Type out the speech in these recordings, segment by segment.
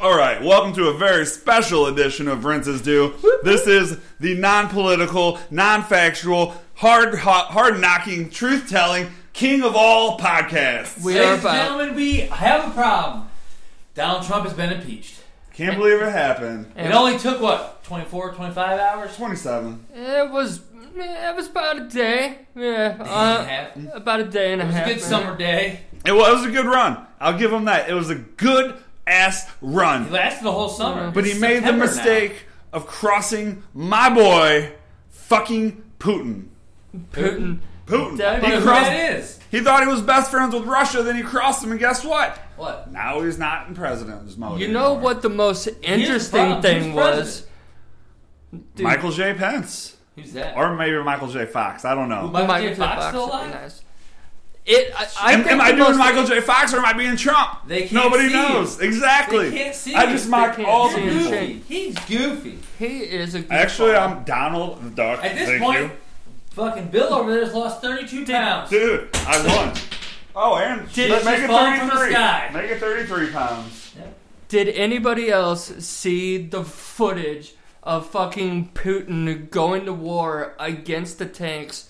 right, welcome to a very special edition of Rinse is Due. This is the non-political, non-factual, hard, hot, hard-knocking, truth-telling, king of all podcasts. We are Ladies and about. gentlemen, we have a problem. Donald Trump has been impeached. Can't believe it happened. It only took, what, 24, 25 Uh, hours? 27. It was. It was about a day. Yeah. Uh, Half. It about a day and a was a half. good summer day. It was a good run. I'll give him that. It was a good ass He run. lasted the whole summer. But he It's made the September now. mistake of crossing my boy, fucking Putin. Putin. Putin. That- I don't He know who crossed. that is. He thought he was best friends with Russia, then he crossed him, and guess what? What? Now he's not in president's mode. You know anymore. what the most interesting problem. thing Who's was? Dude, Michael J. Pence. Who's that? Or maybe Michael J. Fox. I don't know. Michael, Oh, Michael J. Fox, still would be alive? nice. It. I, I am think am I the doing most- Michael J. Fox or am I being Trump? They can't Nobody see knows. Exactly. They can't see I you. just They mock can't all see He's you. people. goofy. He's goofy. He is a. Actually, I'm Donald the Duck. At this Thank point, you. fucking Bill over there's lost 32 pounds. Dude, I won. Oh, Aaron, Did let- it make just it fall from the 33. sky? Make it 33 pounds. Did anybody else see the footage of fucking Putin going to war against the tanks,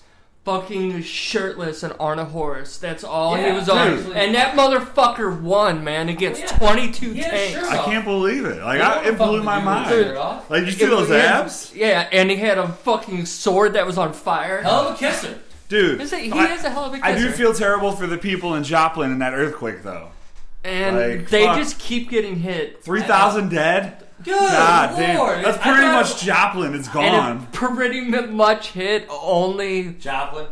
fucking shirtless and on a horse? That's all he Yeah, was on. dude. And that motherfucker won, man, against Yeah. 22 Yeah, tanks. sure. I can't believe it. Like, They I, Oh. don't it blew fucking my do mind. that. Shirt off. Like, you see those Yeah. abs? Yeah, and he had a fucking sword that was on fire. Hell of a kisser. Dude. Is it- he I- is a hell of a I do kisser. feel terrible for the people in Joplin in that earthquake, though. and like, they fuck. just keep getting hit. 3,000 dead? Good God lord. damn. That's I pretty thought- much Joplin. It's And gone. it pretty much hit only Joplin.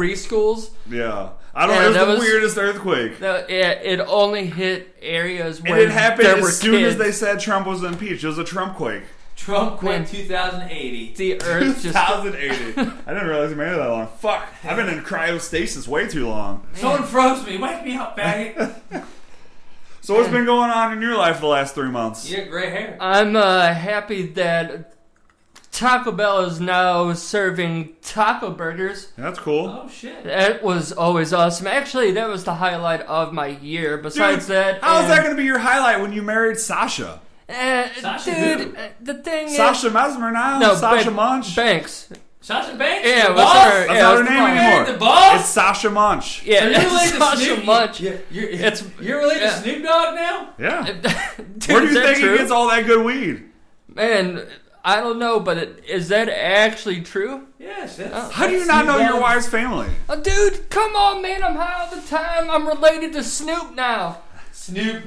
preschools. yeah. I don't Yeah, know. It was that the was- weirdest earthquake. No, it, it only hit areas where And it happened there were as soon kids. as they said Trump was impeached. It was a Trump quake. Trump Man. quit 2080. the earth just 2080. I didn't realize it made it that long. Fuck. I've been in cryostasis way too long. Someone froze me. Wake me up, faggot. So what's been going on in your life the last three months? you got gray hair. I'm uh, happy that Taco Bell is now serving taco burgers. That's cool. Oh, shit. That was always awesome. Actually, that was the highlight of my year. Besides that, How is and- that going to be your highlight when you married Sasha? Uh, Sasha dude, who? uh, the thing is, Sasha Mesmer now? no, Sasha Ban- Munch? Banks. Sasha Banks? Yeah, the what's boss? her- That's yeah, not her it's name fine. anymore. The boss? It's Sasha Munch. Yeah, Are you related to Sasha Snoop? Munch. Yeah, you're, It's- you're related yeah. to Snoop Dogg now? Yeah. Dude, Where do you is that think true? he gets all that good weed? Man, I don't know, but it, is that actually true? Yes. That's, How do you that's not Snoop know your Dogg. wife's family? Oh, dude, come on, man. I'm high all the time. I'm related to Snoop now. Snoop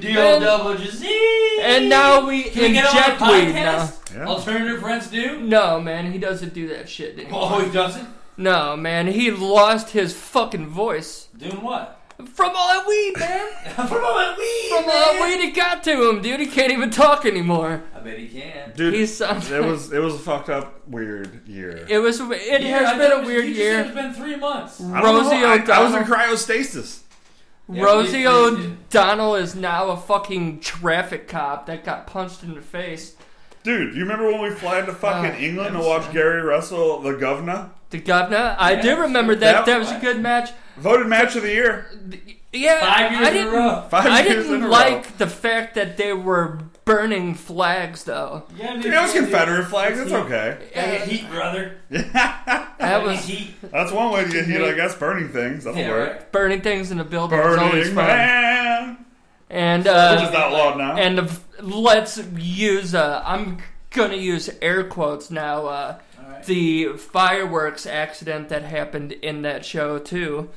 Man. D-O double G. And now we Can we get on inject a weed now. podcast? Yeah. Alternative friends do? No, man, he doesn't do that shit anymore. Oh, he doesn't? No, man, he lost his fucking voice. Doing what? From all that weed, man. From all that weed, From all that man. weed it got to him, dude. He can't even talk anymore. um, I bet he can. Dude, He sounds- it was it was a fucked up weird year. It was. It Yeah, I has been thought a it weird was- you just said year. Mm. It's been three months. I don't know. Rosie I- I, was O'Donnell. in cryostasis. Yeah, Rosie we- we did. O'Donnell is now a fucking traffic cop that got punched in the face. Dude, you remember when we flew to fucking Oh, England to that was watch fun. Gary Russell, the governor? The governor, I do Yeah, remember that that. That was a was- good match. Voted match of the year. Yeah, Five years I in a didn't, row. Five I years in a didn't row. like the fact that they were burning flags, though. Yeah, I mean, Dude, that was yeah, Confederate flags. It's Yeah. okay. Yeah, heat, brother. That Yeah, was heat. That's one way to get heat, I guess. Burning things. That'll Yeah, work. right. burning things in the building. was always Burning fun. man. And Which is uh, outlawed now. and the, let's use. Uh, I'm gonna use air quotes now. Uh, All right. the fireworks accident that happened in that show too.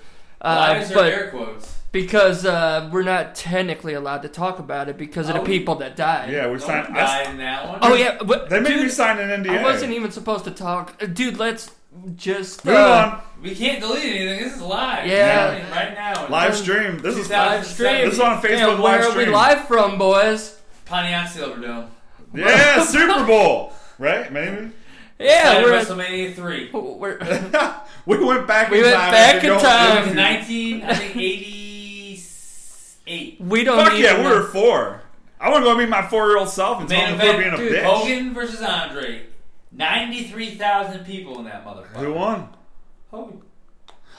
Why Uh, is there but air quotes? because uh, we're not technically allowed to talk about it because of Oh, the people that died. yeah, we No signed. one I- died in that one. Oh yeah. But, they made dude, me sign an NDA. I wasn't even supposed to talk, Uh, dude. Let's just Move uh, on. We can't delete anything. This is live. Yeah. It's happening Right now. Live stream. This is Live live stream. This is on Facebook And where live are we stream. live from, boys? Pontiac Silverdome. yeah Super Bowl, right? Maybe Yeah, Signed we're, at- WrestleMania 3. we're we went back. We in went time back and in don't- time. In 19, I think 88. we don't Fuck even yeah, we know. were four. I want to go meet my four-year-old self and tell Main him for event, being a dude, bitch. Hogan versus Andre. 93,000 people in that motherfucker. Who won? Hogan.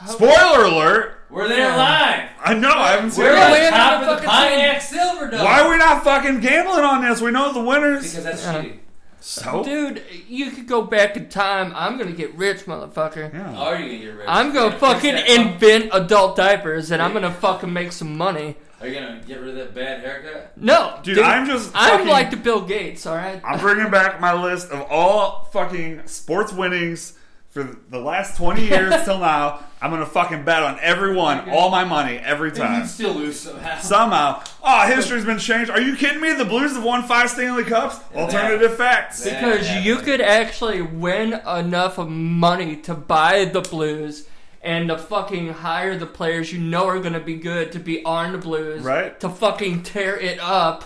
Spoiler alert! We're there Yeah. live. I know. I haven't seen. We're Yeah, it. we on ain't top on of the the fucking team. Pontiac Silverdome. Why are we not fucking gambling on this? We know the winners. Because that's Yeah. shitty. so Dude, you could go back in time. I'm gonna get rich, motherfucker. yeah. Are you Oh, gonna get rich? I'm gonna You're fix fucking that fuck- invent adult diapers and I'm gonna fucking make some money. Are you gonna get rid of that bad haircut? No, Dude, I'm just I'm fucking- like the Bill Gates, alright? I'm bringing back my list of all fucking sports winnings for the last 20 years till now. I'm gonna fucking bet on everyone, all my money, every You time. still lose somehow. Somehow, oh, history's been changed. Are you kidding me? The Blues have won five Stanley Cups. Alternative facts. That- Because Yeah, you definitely. could actually win enough of money to buy the Blues and to fucking hire the players you know are gonna be good to be on the Blues. Right. To fucking tear it up.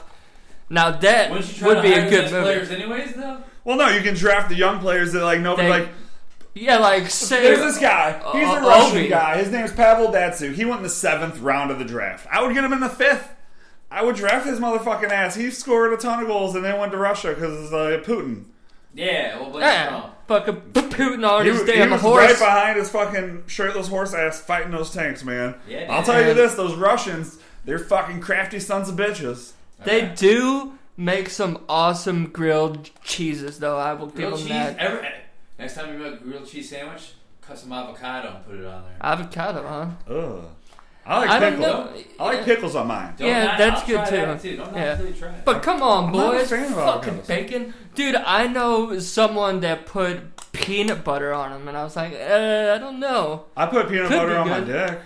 Now that Wouldn't you try would to be hire a the good best movie. players anyways though? Well, no, you can draft the young players that like nobody They- like. Yeah, like say There's this guy. He's a Uh, Russian Ovi. guy. His name's Pavel Datsyuk. He went in the seventh round of the draft. I would get him in the fifth. I would draft his motherfucking ass. He scored a ton of goals and then went to Russia because uh, Putin. Yeah, well, blame Yeah, Trump. fucking Putin He, already wa- stay he on the was horse. right behind his fucking shirtless horse ass fighting those tanks, man. Yeah, I'll tell you man. this: those Russians, they're fucking crafty sons of bitches. They do make some awesome grilled cheeses, though. I will give Grilled them cheese. that. Every, next time you make a grilled cheese sandwich, cut some avocado and put it on there. Avocado, huh? Ugh. I like I don't pickles. know. I like pickles on mine. Don't Yeah, knock- that's I'll good try too. That too. Don't knock Yeah. till you try it. But come on, I'm not a boys, fan of fucking avocados. bacon, dude. I know someone that put peanut butter on them, and I was like, uh, I don't know, I put peanut Could butter be on my good. dick.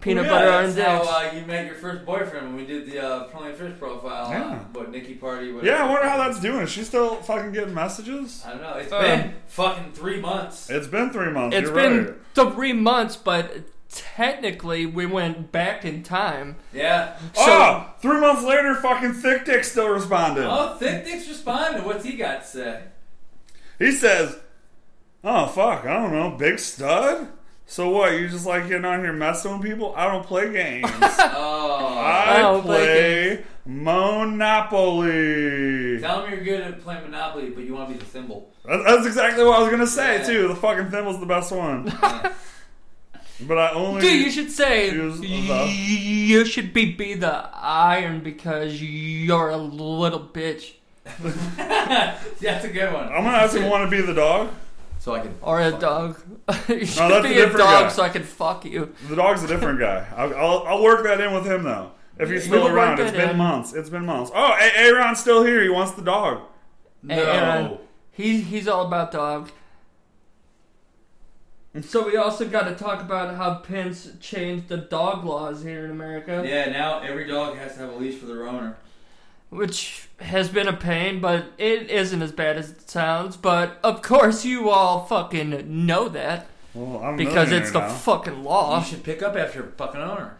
peanut yeah, butter on dicks. That's how uh, you met your first boyfriend when we did the uh, Plenty Fish profile. Yeah. Yeah. But Nikki Party. Whatever. Yeah, I wonder how that's doing. Is she still fucking getting messages? I don't know. It's Uh, been fucking three months. It's been three months. It's You're right. been three months, but technically we went back in time. Yeah. So- oh, three months later, fucking Thick Dick still responded. Oh, Thick Dick's responded. What's he got to say? He says, "Oh fuck, I don't know, big stud. So what? You just like getting on here messing with people? I don't play games. Oh. I, don't play play, Monopoly. That- Tell him you're good at playing Monopoly, but you want to be the thimble. That's exactly what I was gonna say Yeah. too. The fucking thimble's the best one, Yeah. but I only Dude, you should say Use the- you should be be the iron because you're a little bitch that's a good one. I'm gonna ask him want to be the dog. So I can. or a fuck. dog. you should that's a be a, different dog guy. so I can fuck you. The dog's a different guy. I'll, I'll, I'll work that in with him though. If he's We still will work around, that it's been in. months. It's been months. Oh, A- Aaron's still here. He wants the dog. No. Hey, Aaron, he's he's all about dog. So we also got to talk about how Pence changed the dog laws here in America, Yeah, now every dog has to have a leash for their owner. which has been a pain, but it isn't as bad as it sounds. But of course, you all fucking know that Well, I'm a because it's the millionaire now. fucking law. You should pick up after your fucking owner.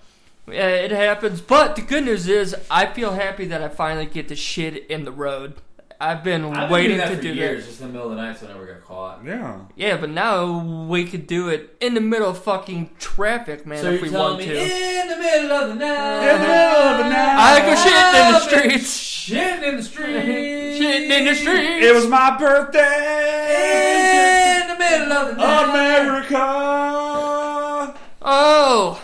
Yeah, it happens. But the good news is, I feel happy that I finally get the shit in the road. I've been I've been waiting doing that to for do years, that. just in the middle of the night, so I never got caught. yeah. Yeah, but now we could do it in the middle of fucking traffic, man, so if you're we telling want me to. in the middle of the night, In the middle of the night. I go shitting in the I've been streets. shitting in the street, Shitting in the streets. It was my birthday. in the middle of the night. America. Oh,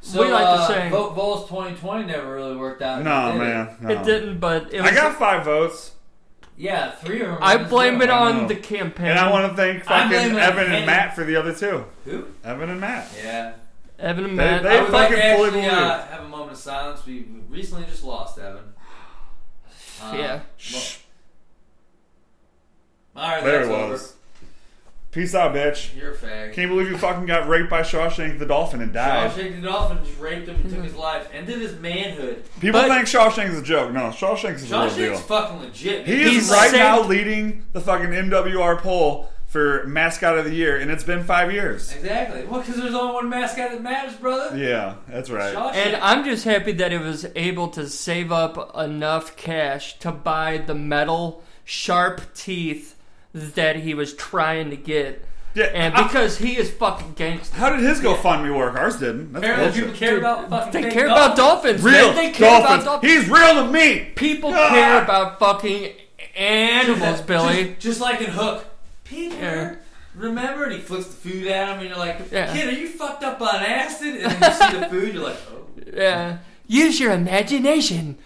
So, we like uh, to sing. Vote Bowls 2020 never really worked out. No, did it? man. no. It didn't, but it was. Oh. I got five votes, Yeah, three of them. I blame it know. on the campaign. and I want to thank I fucking blame Evan it on and Kenny. Matt for the other two. Who? Evan and Matt. Yeah. Evan and They- Matt. they I I would would fucking like- like to fully actually believe. uh, have a moment of silence. We recently just lost Evan. Uh, yeah. Shh. All right, There it that's was. Peace out, bitch. over. You're a fag. Can't believe you fucking got raped by Shawshank the Dolphin and died. Shawshank the Dolphin just raped him and took his life, ended his manhood. People But- think Shawshank's a joke. No, Shawshank's is a real Shawshank's deal. fucking legit. He man. is He's right saved- now leading the fucking MWR poll for mascot of the year, and it's been five years. Exactly. Well, because there's only one mascot that matters, brother. Yeah, that's right. Shawshank. And I'm just happy that it was able to save up enough cash to buy the metal sharp teeth that he was trying to get. yeah, And I- because he is fucking gangster. how did his GoFundMe work? Ours didn't. That's Apparently, bullshit. people care about fucking They big care about dolphins. man. real They care dolphins. about dolphins. He's real to me. People Ah. care about fucking Just- animals, Billy. Just, just like in Hook. Peter, Yeah. remember? And he flips the food at him, and you're like, Yeah. kid, are you fucked up on acid? And then you see the food, you're like, oh, Yeah. Use your imagination.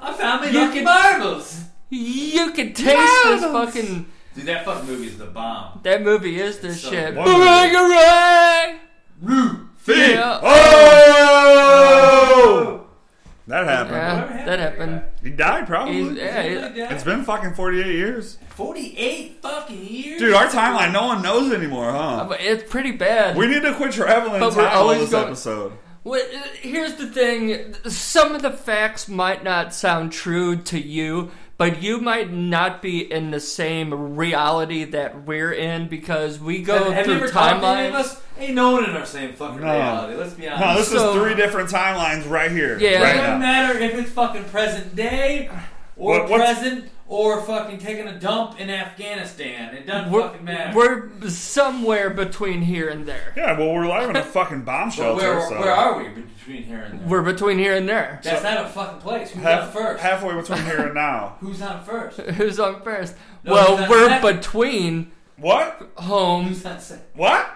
I found me You lucky can- marbles. You can taste this Marbles. fucking. Dude, that fucking movie is the bomb. That movie is the So shit. good. Boomerang! Roo. Fee. Yeah. Oh! That happened. Yeah, Whatever that happened to happened. He died probably. He's- yeah, Really, he- Dad? It's been fucking 48 years. 48 fucking years? Dude, our timeline, no one knows anymore, huh? but it's pretty bad. We need to quit traveling in But we're time all always this going- episode. Well, here's the thing some of the facts might not sound true to you, but you might not be in the same reality that we're in because we go Have- have you through ever talked to any of timelines. us? Ain't no one in our same fucking No. reality. Let's be honest. No, this Uh, So- is three different timelines right here. Yeah. It doesn't Right now. matter if it's fucking present day or What- what's- present or fucking taking a dump in Afghanistan. It doesn't We're, fucking matter. we're somewhere between here and there. Yeah, well, we're live in a fucking bomb But shelter. where, so where are we between here and there? We're between here and there. That's not a fucking place. Who's on Half, first? halfway between here and now. Who's on first? Who's on first? No, who's well, on we're second? between What? home Who's on second? What?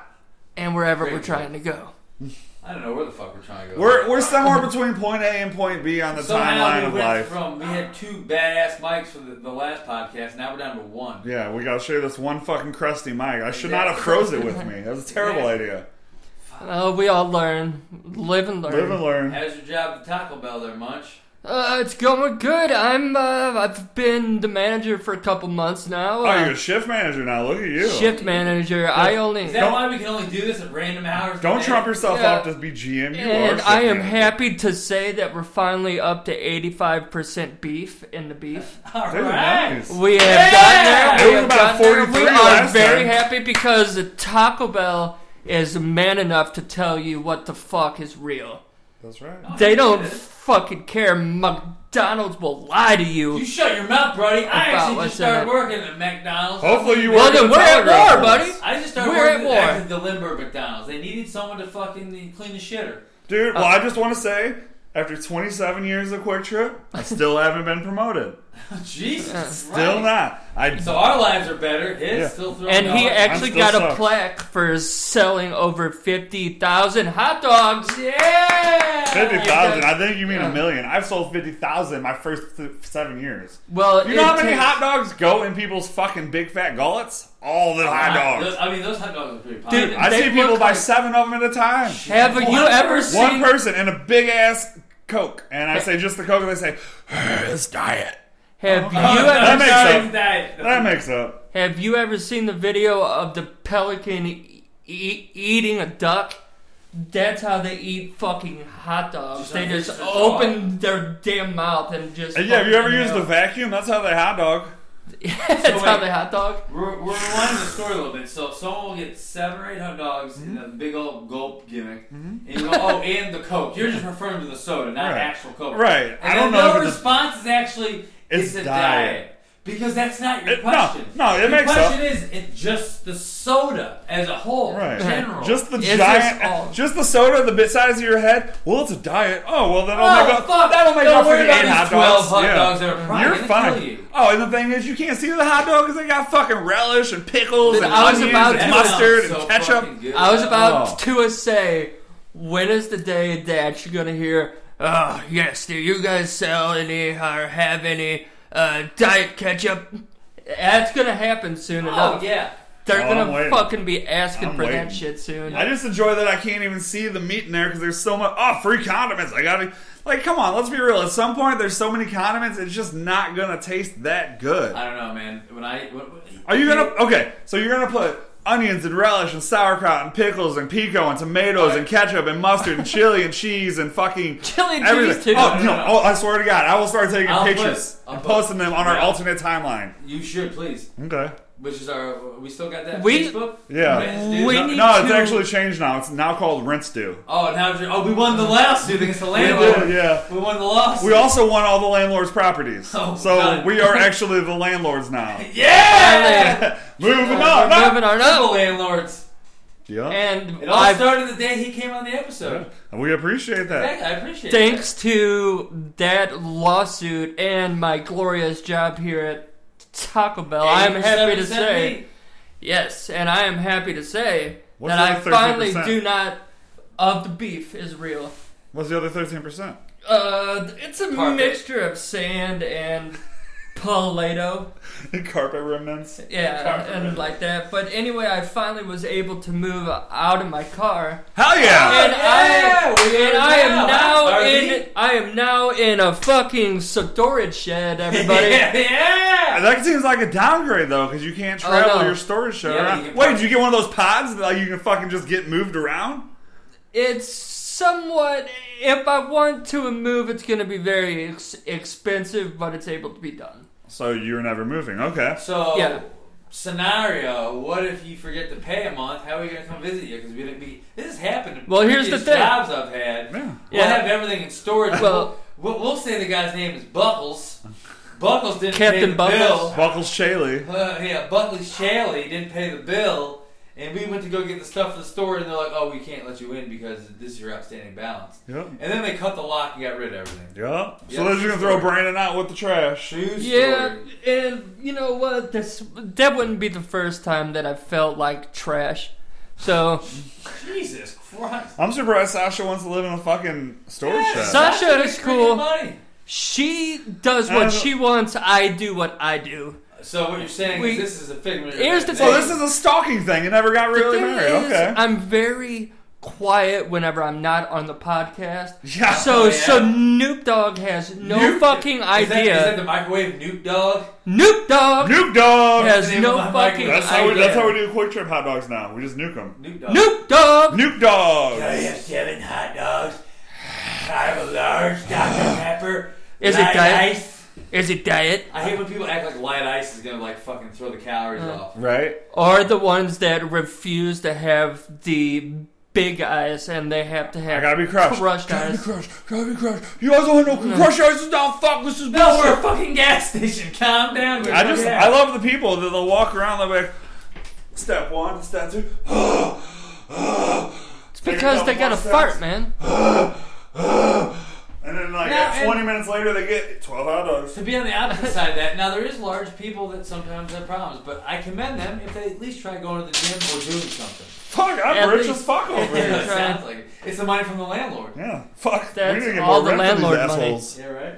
and wherever we're Great. trying to go. I don't know where the fuck we're trying to go. We're, we're somewhere between point A and point B on the Somehow timeline we of went life. from we had two badass mics for the, the last podcast. Now we're down to one. yeah, we gotta share this one fucking crusty mic. I should not have froze it with me. That was a terrible Yeah. idea. Oh, we all learn, live and learn. Live and learn. How's your job at Taco Bell there, Munch? Uh, it's going good. I'm uh, I've been the manager for a couple months now. Oh, Uh, you're a shift manager now. Look at you. shift manager. I only Is that Don't- why we can only do this at random hours? of Don't day? trump yourself Yeah. up to be GM. You are and shift I am manager. happy to say that we're finally up to 85% beef in the beef. All Dude, right. nice. We have Yeah! gotten there. It We was have about gotten there. We 43 are last very time. happy because Taco Bell is man enough to tell you what the fuck is real. That's right. Oh, They don't fucking care. McDonald's will lie to You you. shut your mouth, buddy. I actually what's just started in it. working at McDonald's. Hopefully you Well, work then in we're at Telegraph war, Works. buddy. I just started We're at working war. the limber McDonald's. They needed someone to fucking clean the shitter. Dude, well, I just want to say, after 27 years of Quick Trip, I still haven't been promoted. Jesus Uh, Still Christ. not. I So our lives are better. His Yeah. still throwing And he dollars. actually still got a sucks. plaque for selling over 50,000 hot dogs. Yeah! 50,000. I think you mean Yeah. a million. I've sold 50,000 in my first th- seven years. Well, You know how it many takes- hot dogs go in people's fucking big fat gullets? All the hot dogs. I mean, those hot dogs are pretty Dude, popular. I they see people look buy like- seven of them at a time. Have One you ever person. seen. One person in a big ass Coke. And I say just the Coke, and they say, it's diet. Have you Oh, no, That ever makes sorry, sense. that- That makes up. have you ever seen the video of the pelican e- e- eating a duck? That's how they eat fucking hot dogs. Just They like just it's a open their damn mouth and just. And yeah, have you ever fucking used the inhale. vacuum? That's how they hot dog. That's So how wait. they hot dog. We're, we're rewinding the story a little bit. So someone will get seven or eight hot dogs Mm-hmm. in a big old gulp gimmick, and you go, "Oh, and the Coke." You're just referring to the soda, not Right. actual Coke. Right. And I don't then no know if it's a response is actually It's it's, a diet. diet. because that's not your It- no, question. no, it your makes question is it's just the soda as a whole, Right. in general. Just the Is this all- giant, just the soda, the bit size of your head. Well, it's a diet. Oh well, then oh, I'll make up. fuck! That'll make Don't up for worry the about eight these hot twelve dogs. hot Yeah. dogs that are probably You're gonna fine. kill you. Oh, and the thing is, you can't see the hot dog because they got fucking relish and pickles Dude, and I was onions about and to- mustard That and sounds so fucking ketchup. good. I was about Oh. to say, when is the day that you're gonna hear? Oh yes, do you guys sell any or have any uh, diet ketchup? That's gonna happen soon Oh enough. yeah. They're Oh, I'm gonna waiting. fucking be asking I'm for that waiting. shit soon. I just enjoy that I can't even see the meat in there because there's so much. Oh, free condiments! I gotta like, come on, let's be real. At some point, there's so many condiments, it's just not gonna taste that good. I don't know, man. When I when, Are you gonna okay? So you're gonna put onions and relish and sauerkraut and pickles and pico and tomatoes and ketchup and mustard and chili and cheese and fucking Chili and everything. cheese too. Oh no! No, no, no. Oh, I swear to God, I will start taking I'll put- pictures I'll and put- posting them on our Yeah. alternate timeline. You should please. Okay. Which is our? We still got that We- Facebook. Yeah. Rinse, dude. We No, need no, it's to- actually changed now. It's now called Rinse Do. oh, now we're- oh, we won the lawsuit against the landlord. did, yeah. We won the lawsuit. We also won all the landlord's properties, Oh, so God. we are actually the landlords now. yeah. Moving We're on. up. moving on The up. landlords. Yeah. And It all I, started the day he came on the episode. And we appreciate that. Heck, I appreciate. it. thanks to that lawsuit and my glorious job here at Taco Bell, I'm happy to say Yes, and I am happy to say What's that I the other finally 13%? do not of the beef is real. What's the other thirteen percent? Uh, it's a Carpet. mixture of sand and Play-Doh, Carpet remnants. yeah, Carpet. and like that. But anyway, I finally was able to move out of my car, Hell yeah! and I Ah. yeah, we are and I am now now RV. in I am now in a fucking storage shed, everybody. yeah, yeah. That seems like a downgrade though, because you can't travel no. your storage shed. Oh, Yeah, around. you can Wait, park- did you get one of those pods that like, you can fucking just get moved around? It's somewhat. If I want to move, it's going to be very ex- expensive, but it's able to be done. So you're never moving. Okay. So Yeah. scenario: What if you forget to pay a month? How are we gonna come visit you? Because we didn't be. This has happened. to Well, here's the previous thing. Jobs I've had. Yeah. We'll Yeah. have everything in storage. Well- Well, we'll, we'll say the guy's name is Buckles. Buckles didn't pay Captain the Buckles. bill. Buckles Shaley. Uh, yeah, Buckley Shaley didn't pay the bill, and we went to go get the stuff from the store, and they're like, "Oh, we can't let you in because this is your outstanding balance." Yep. And then they cut the lock and got rid of everything. Yep. So Yeah, then you can throw story. Brandon out with the trash. True Yeah, story. and you know what? This that wouldn't be the first time that I felt like trash. So Jesus Christ. I'm surprised Sasha wants to live in a fucking storage Yeah, shed. So- Sasha Sasha is makes cool. money. she does I Uh, what don't- she wants. I do what I do. So what you're saying We- is this is a figment. of Here's your the so thing. this is a stalking thing. It never got The really thing married. is, Okay. I'm very quiet whenever I'm not on the podcast. Yeah. So Oh, yeah. so Noop Dog has no Nuke- fucking idea. Is that, is that the microwave Nuke Dog? Noop Dog Nuke dog. has Name no of my fucking That's how we. idea. That's how we do quick trip hot dogs now. We just nuke them. Nuke Dog. Nuke Dog. Nuke dog. I have seven hot dogs. I have a large Dr. Pepper. Is it light diet? ice. Is it diet I hate when people act like light ice is gonna like fucking throw the calories off. Right. or the ones that refuse to have the big eyes and they have to have I gotta be crushed. crushed Gotta be eyes? crushed. Gotta be crushed. You guys don't Mm. have no crush eyes down. Fuck. This is No, bullshit. we're a fucking gas station. Calm down. we're I just. fucking- I love the people that they'll walk around. They'll be like, step one, step two. It's because they got a fart, man. And then like Yeah, and- 20 minutes later, they get 12 hot dogs. To be on the opposite side of that, now there is large people that sometimes have problems, but I commend them if they at least try going to the gym or doing something. Fuck. I'm At rich least- as fuck over You know, here. it Try. sounds like it. It's the money from the landlord. Yeah. Fuck. That's we need to get all more the rent for these landlord money. assholes. Yeah, right.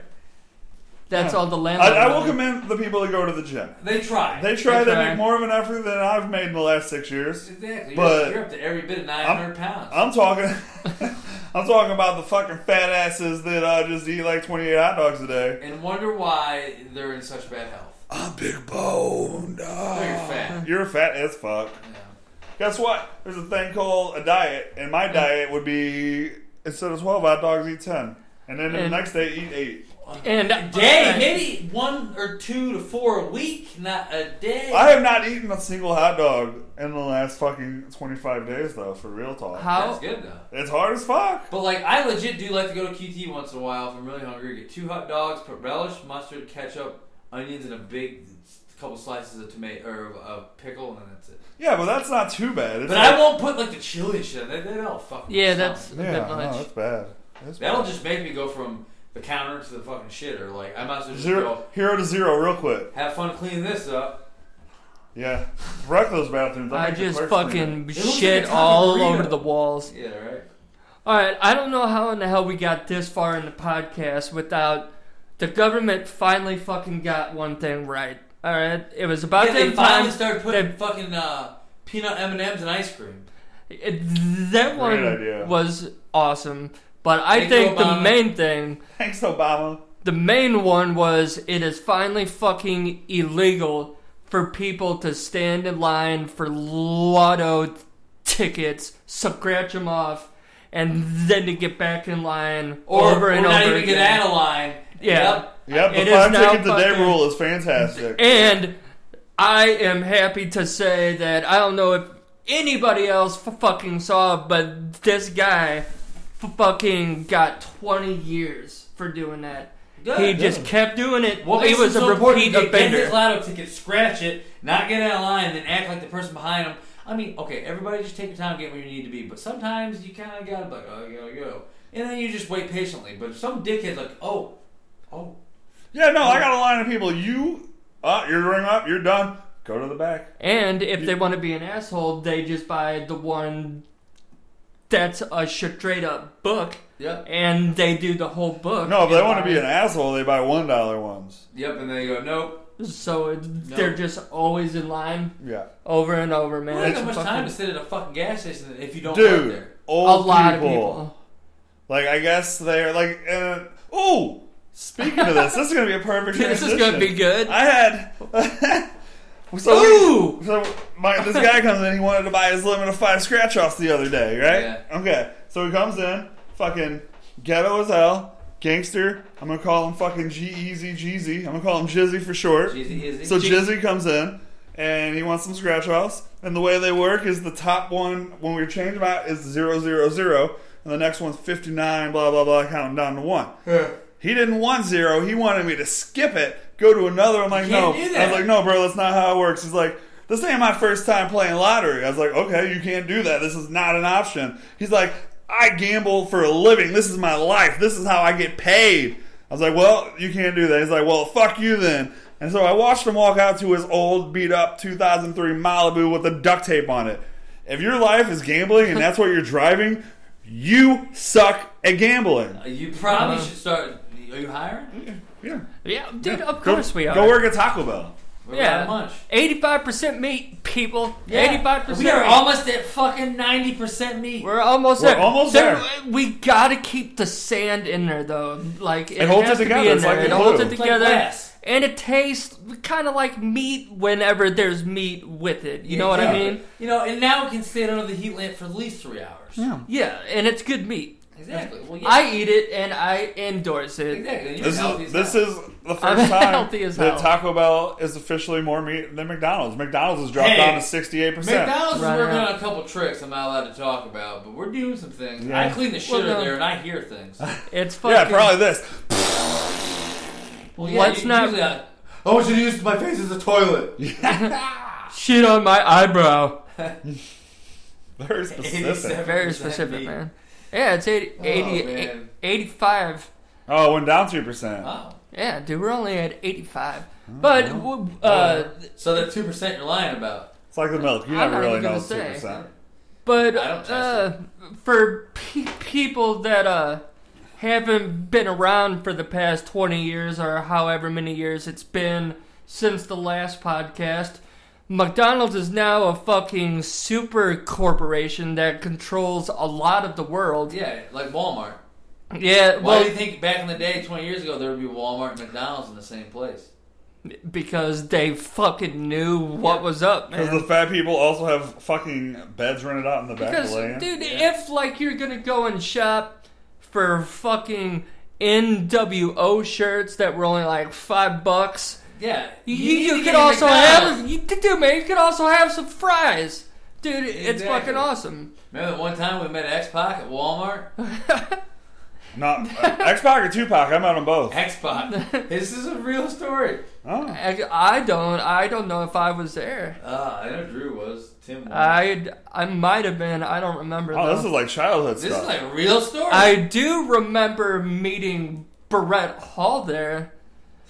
That's Yeah. all the I, landlord. I will wanted. commend the people that go to the gym. They try. They try. They They, try. make more of an effort than I've made in the last six years. exactly. But- You're, you're up to every bit of nine hundred pounds. I'm talking. I'm talking about the fucking fat asses that uh, just eat like 28 hot dogs a day. and wonder why they're in such bad health. I'm big boned. Oh, you're ah. fat. You're fat as fuck. Yeah. Guess what? There's a thing called a diet, and Mm. my diet would be instead of 12 hot dogs, eat 10, and then the And- next day eat eight. And A day, maybe one or two to four a week, not a day. I have not eaten a single hot dog in the last fucking 25 days, though. For real talk, How That's good though. it's hard as fuck. But like, I legit do like to go to QT once in a while if I'm really hungry. Get two hot dogs, put relish, mustard, ketchup, onions, and a big couple slices of tomato or of, of pickle, and then that's it. Yeah, but that's not too bad. It's But like- I won't put like the chili and shit. That, that'll fuck. my yeah, stomach. that's a Yeah, bit no, much. that's bad. That's that'll bad. just make me go from the counter to the fucking shit, or like I might as well just zero go hero to zero real quick. have fun cleaning this up. Yeah, wreck those bathrooms. I'll I make the just clerk clean fucking It looks like shit a taco all burrito. over the walls. Yeah, right. All right, I don't know how in the hell we got this far in the podcast without the government finally fucking got one thing right. All right, it was about yeah, they that finally time. started putting fucking uh, peanut M and M's and ice cream. It, that one idea. was awesome, but I Thank you, think the Obama. main thing, it. Thanks, Obama. the main one was it is finally fucking illegal for people to stand in line for lotto tickets, scratch them off. And then to get back in line over and not over even again. get out of line. Yeah. Yep. Yep, It the is five now tickets a day fucking- rule is fantastic. And I am happy to say that I don't know if anybody else f- fucking saw, but this guy f- fucking got 20 years for doing that. Good. He just kept doing it. What he makes was it a so important repeat to get offender. his lotto ticket, scratch it, not get out of line, and then act like the person behind him? I mean, okay, everybody just take your time, get where you need to be, but sometimes you kind of gotta be like, oh, yo, yo, and then you just wait patiently. But if some dickhead's like, oh, oh, yeah, no, I got a line of people. You, uh, you're ring up. You're done. Go to the back. And if they want to be an asshole, they just buy the one that's a straight up book, Yep. and they do the whole book. No, if they and want to be buy- an asshole, they buy one dollar ones. Yep. And they go, nope. So it, they're just always in line Yeah, over and over, man. Well, you It's got much fucking- time to sit at a fucking gas station if you don't work dude. there. a Old lot people. of people. Like I guess they're like. Uh, oh, speaking of this, this is gonna be a perfect. Dude, this is transition. gonna be good. I had. so we- Ooh! so my, this guy comes in. He wanted to buy his limit of five scratch offs the other day, right? Yeah. Okay. So he comes in, fucking ghetto as hell, gangster. I'm gonna call him fucking G Easy Jeezy. I'm gonna call him Jizzy for short. Jeezy, is So Jizzy comes in and he wants some scratch offs. And the way they work is the top one when we change them out is zero zero zero, and the next one's fifty nine. Blah blah blah, counting down to one. He didn't want zero. He wanted me to skip it, go to another. I'm like, can't no. do I that. was like, no, bro, that's not how it works. He's like, this ain't my first time playing lottery. I was like, okay, you can't do that. This is not an option. He's like, I gamble for a living. This is my life. This is how I get paid. I was like, well, you can't do that. He's like, well, fuck you then. And so I watched him walk out to his old, beat up 2003 Malibu with the duct tape on it. If your life is gambling and that's what you're driving, you suck at gambling. Uh, you probably Uh-huh. should start. Are you hiring? Yeah. Yeah, dude, Yeah. of Go- course we are. Go work at Taco Bell. We're Yeah. Not much. 85% meat, people. 85%. We are meat. almost at fucking ninety percent meat. We're almost We're there. almost We gotta keep the sand in there though. Like it, It holds has it to together. Be in It's there. like it glue. holds it It's like together, glass. and it tastes kind of like meat whenever there's meat with it. You know what I Yeah. mean? You know, and now it can stay under the heat lamp for at least three hours. Yeah, and it's good meat. Exactly. Well, yeah. I eat it and I endorse it. exactly. And you're This healthy is this as hell. is the 1st I'm time healthy as hell. that Taco Bell is officially more meat than McDonald's. McDonald's has dropped Hey. down to sixty eight percent. McDonald's Right is working now. on a couple tricks I'm not allowed to talk about, but we're doing some things. Yeah. I clean the shit Well, out no. of there and I hear things. It's fucking. Yeah, probably this. Well, Let's you- not- usually I, I want you to use my face as a toilet. Shit on my eyebrow. Very specific. Very 100% specific, meat. man. Yeah, it's 80, Oh, 80 man. 85. Oh, it went down two percent. Wow. Yeah, dude, we're only at 85. Oh, But, w uh, So that two percent you're lying about. It's like the milk. You never I'm not really even gonna know two say. percent. But I don't trust uh, for pe- people that uh, haven't been around for the past 20 years or however many years it's been since the last podcast, McDonald's is now a fucking super corporation that controls a lot of the world. Yeah, like Walmart. Yeah, Why well, do you think back in the day, 20 years ago, there would be Walmart and McDonald's in the same place? because they fucking knew what was up, Because man. the fat people also have fucking beds rented out in the back of Because, the land. dude, Yeah. if like you're gonna go and shop for fucking NWO shirts that were only like five bucks, Yeah. you, need you, to could get also McDonald's. have you do man, you could also have some fries, dude. It's Exactly. fucking awesome. Remember that one time we met X Pac at Walmart? Not X Pac or Tupac. I met them both. X Pac. this is a real story. Oh. I, I don't I don't know if I was there. Uh, I know Drew was. Tim was. I I might have been. I don't remember. Oh, though. this is like childhood this stuff. is like real story. I do remember meeting Barrett Hall there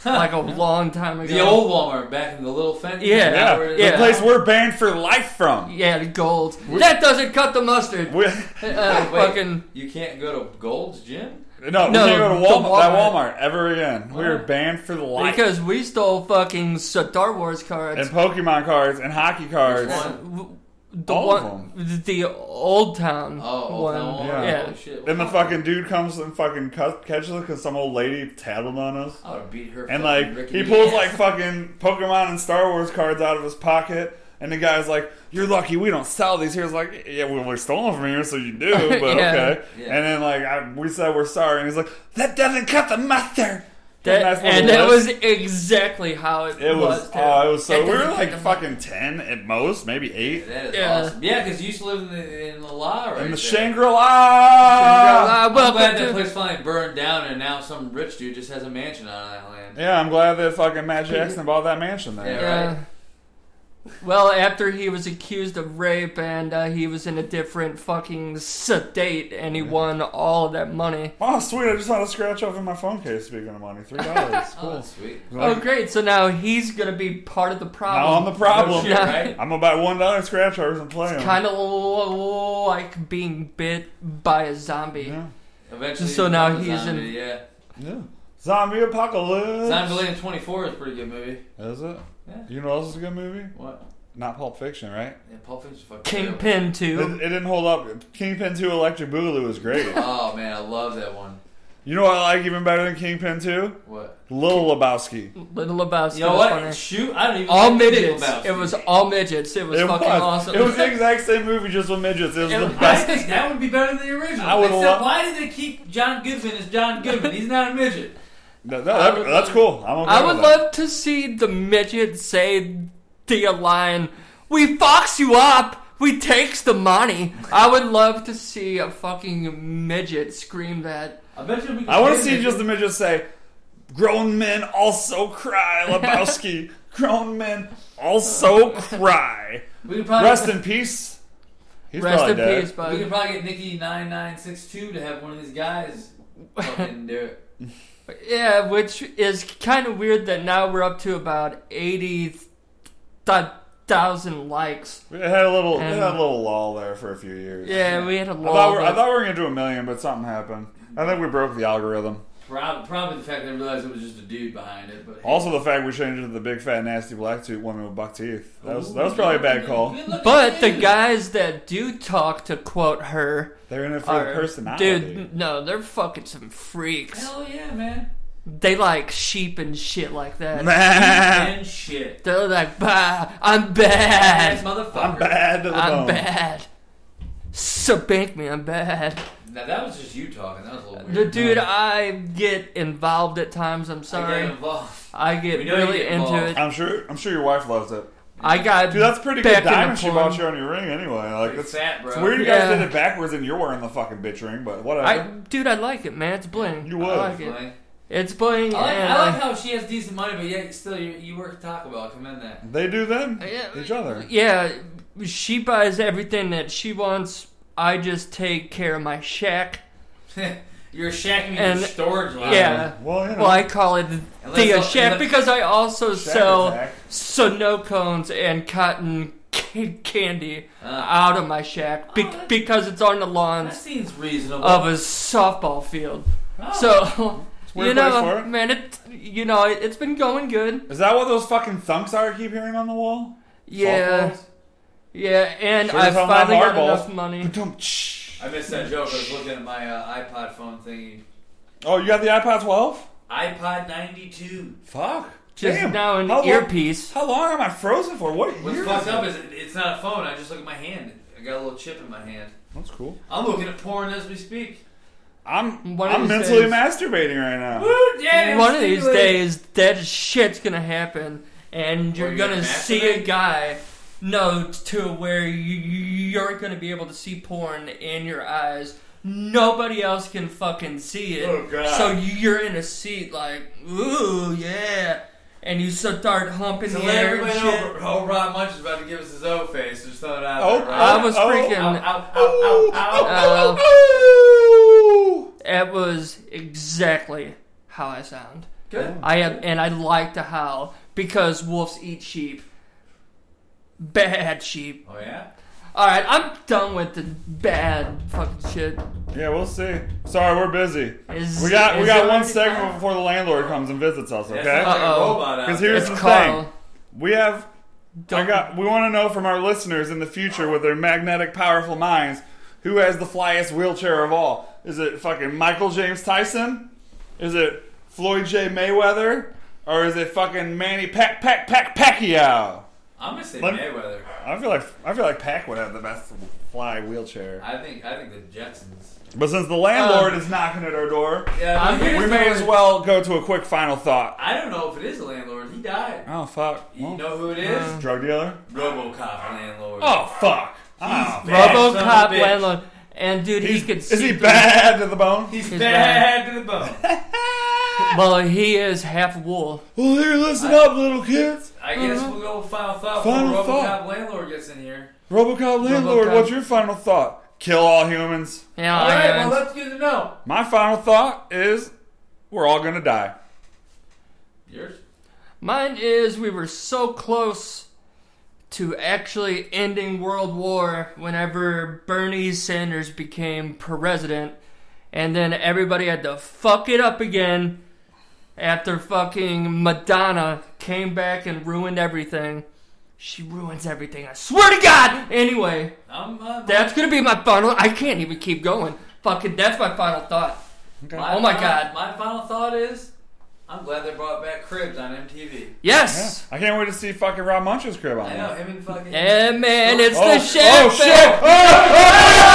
like a long time ago. the old Walmart back in the little fence. Yeah. yeah, Where- the place we're banned for life from. yeah, the gold. that doesn't cut the mustard. We, Uh, Wait, fucking You can't go to Gold's Gym? no, we No, can't go to the Walmart, Walmart. That Walmart ever again. We were banned for life. because we stole fucking Star Wars and cards. Pokemon cards and hockey cards. Which one? W- The All one, of the old town Oh, Old one. Town Walmart. Yeah. Yeah. Holy shit. Then the fucking dude comes and fucking cut, catches us because some old lady tattled on us. I would have beat her. And fucking like, Ricky he pulls ass. like fucking Pokemon and Star Wars cards out of his pocket. And the guy's like, You're lucky we don't sell these here. It's like, Yeah, well, we're stolen from here, so you do, but Yeah. okay. Yeah. And then like, I, we said we're sorry. And he's like, That doesn't cut the mustard. That, Nice little and that was list. exactly how it, It was, too. oh, it was so. That We were doesn't cut like the mustard. fucking 10 at most, maybe 8. That is Yeah. awesome. Yeah, because you used to live in the, in the law, right? In the there. Shangri La! Uh, I'm welcome glad that to- place finally burned down, and now some rich dude just has a mansion on that land. Yeah, I'm glad that fucking Matt Jackson bought that mansion there. Yeah. Yeah. Well, after he was accused of rape and uh, he was in a different fucking state and he won all of that money. Oh, sweet. I just had a scratch off in my phone case, speaking of money. $3. Oh, cool. that's sweet. Oh, great. So now he's going to be part of the problem. Now I'm the problem. No shit, right? I'm going to buy $1 scratch offs and play them. Kind of like being bit by a zombie. Yeah. Eventually, So now he's he's zombie, in- Yeah. yeah. Zombie Apocalypse. Zombieland 24 is a pretty good movie. Is it? Yeah. You know what else is a good movie? What? Not Pulp Fiction, right? Yeah, Pulp Fiction's fucking terrible. Kingpin It, 2. it didn't hold up. Kingpin 2 Electric Boogaloo was great. Oh man, I love that one. you know what I like even better than Kingpin 2? What? Little Lebowski. Little Lebowski You know was what? funny. Shoot, I don't even. All like to think midgets. about It was all midgets. It was fucking awesome. It was the exact same movie, just with midgets. It was It the was- I best. think that would be better than the original. I would Except, love- why did they keep John Goodman as John Goodman? He's not a midget. No, no, I that- would- that's cool. I'm okay I with would that. love to see the midget say the line, "We fox you up, we takes the money." I would love to see a fucking midget scream that. I bet you we. I want to see just the midgets say, "Grown men also cry." Lebowski. Grown men also cry. We could probably Rest in peace. He's Rest probably in dead. peace, We could bud. probably get Nikki nine nine six two to have one of these guys fucking do it. Yeah, which is kind of weird that now we're up to about eighty thousand likes. It had a little, it And- had a little lull there for a few years. Yeah, we had a I thought, lull. we're, I but- thought we were gonna do a million, but something happened. I think we broke the algorithm. Probably, probably the fact that I realized it was just a dude behind it. But Also, the fact we changed it to the big fat nasty black tooth woman with buck teeth. That was that was probably a bad call. Good looking But the dude. guys that do talk, to quote her, They're in it for the are personality. dude. No, they're fucking some freaks. Hell yeah, man. They like sheep and shit like that. and shit. They're like, bah, I'm Ass bad. motherfucker. I'm bad to the I'm bone. bad. So bank me, I'm bad. Now that was just you talking. That was a little weird. The dude, I get involved at times. I'm I sorry. get involved. I get We know you really get into involved. it. I'm sure. I'm sure your wife loves it. I got Dude, that's a pretty back good diamond in she the porn. bought you on your ring anyway. Like Pretty that's fat, bro. it's weird you guys Yeah. did it backwards and you're wearing the fucking bitch ring, but whatever. I, dude, I like it, man. It's bling. You would. I like it. Like, It's bling. I like, and I like how she has decent money, but yet still you, you work at Taco Bell. I commend that. they do them Yeah. each other. yeah, she buys everything that she wants. I just take care of my shack. You're shacking me And- in storage line. Yeah. Well, you know. Well, I call it Unless- the shack unless- because I also shack sell. attack. snow cones and cotton ca- candy Uh, out of my shack be- Oh, that's- because it's on the that lawns seems reasonable. of a softball field. Oh. So, where you it plays for know, it. man, it you know it, it's been going good. Is that what those fucking thunks are I keep hearing on the wall? Yeah, Softballs? yeah, and Sure I as hell not finally got hardballs. enough money. Ba-dum-tsh. I missed that joke. I was looking at my uh, iPod phone thingy. Oh, you got the iPod 12? iPod 92. Fuck. Just Damn. now an how long- earpiece. how long am I frozen for? What What's year? fucked is up it? is it, it's not a phone. I just look at my hand. I got a little chip in my hand. That's cool. I'm looking at porn as we speak. I'm One of I'm these mentally days. masturbating right Woo, now. yeah, One of these stimulating. days, that shit's gonna happen, and you're Where you're gonna gonna see a masturbate? guy. No, to where you, you're gonna be able to see porn in your eyes. Nobody else can fucking see it. Oh, God. So you're in a seat, like, ooh, yeah. And you start humping So the let air and everybody shit. know oh, Rob Munch is about to give us his O face. Just throw it out Oh, there, I right? was Oh, freaking. Ow, ow, ow, ow, Ooh. Uh, ow. That was exactly how I sound. Good. I am, and I like to howl because wolves eat sheep. Bad sheep. Oh, yeah? All right, I'm done with the bad fucking shit. Yeah, we'll see. Sorry, we're busy. Is- We got we is got it one already segment time? before the landlord comes and visits us. That Okay, sounds like a Uh-oh. robot out Because there. here's It's the Carl. thing. we have. I Don't- got. We want to know from our listeners in the future with their magnetic, powerful minds, who has the flyest wheelchair of all? Is it fucking Michael James Tyson? Is it Floyd J Mayweather? Or is it fucking Manny Pac Pac Pac Pacquiao? I'm going to say Let- Mayweather. I feel like I feel like Pac would have the best fly wheelchair. I think I think the Jetsons. But since the landlord is knocking at our door, Yeah, I'm but here's we the may thing. as well go to a quick final thought. I don't know if it is the landlord. He died. Oh fuck! You Well, know who it is? Uh, drug dealer. RoboCop landlord. Oh fuck! Oh, bad. fuck. son of a RoboCop bitch. landlord, and dude, he He's- could is see. he through- bad to the bone? He's He's bad to the bone. Well, he is half wool. Well, here, listen up, little kids. I guess Mm-hmm. we'll go with final thought Final before thought. RoboCop landlord gets in here. Robocop landlord, Robocop. what's your final thought? Kill all humans. Yeah, All I right, am. well that's good to know. My final thought is we're all gonna die. Yours. Mine is we were so close to actually ending World War whenever Bernie Sanders became president, and then everybody had to fuck it up again after fucking Madonna came back and ruined everything. She ruins everything, I swear to God! Anyway, I'm, uh, that's gonna be my final. I can't even keep going. Fucking, that's my final thought. Okay. my oh my final- God. My final thought is, I'm glad they brought back Cribs on MTV. Yeah. Yes! I can't wait to see fucking Rob Munch's crib on I there. know him and fucking. And man, it's Oh, the oh, chef! shit! Oh, oh, oh,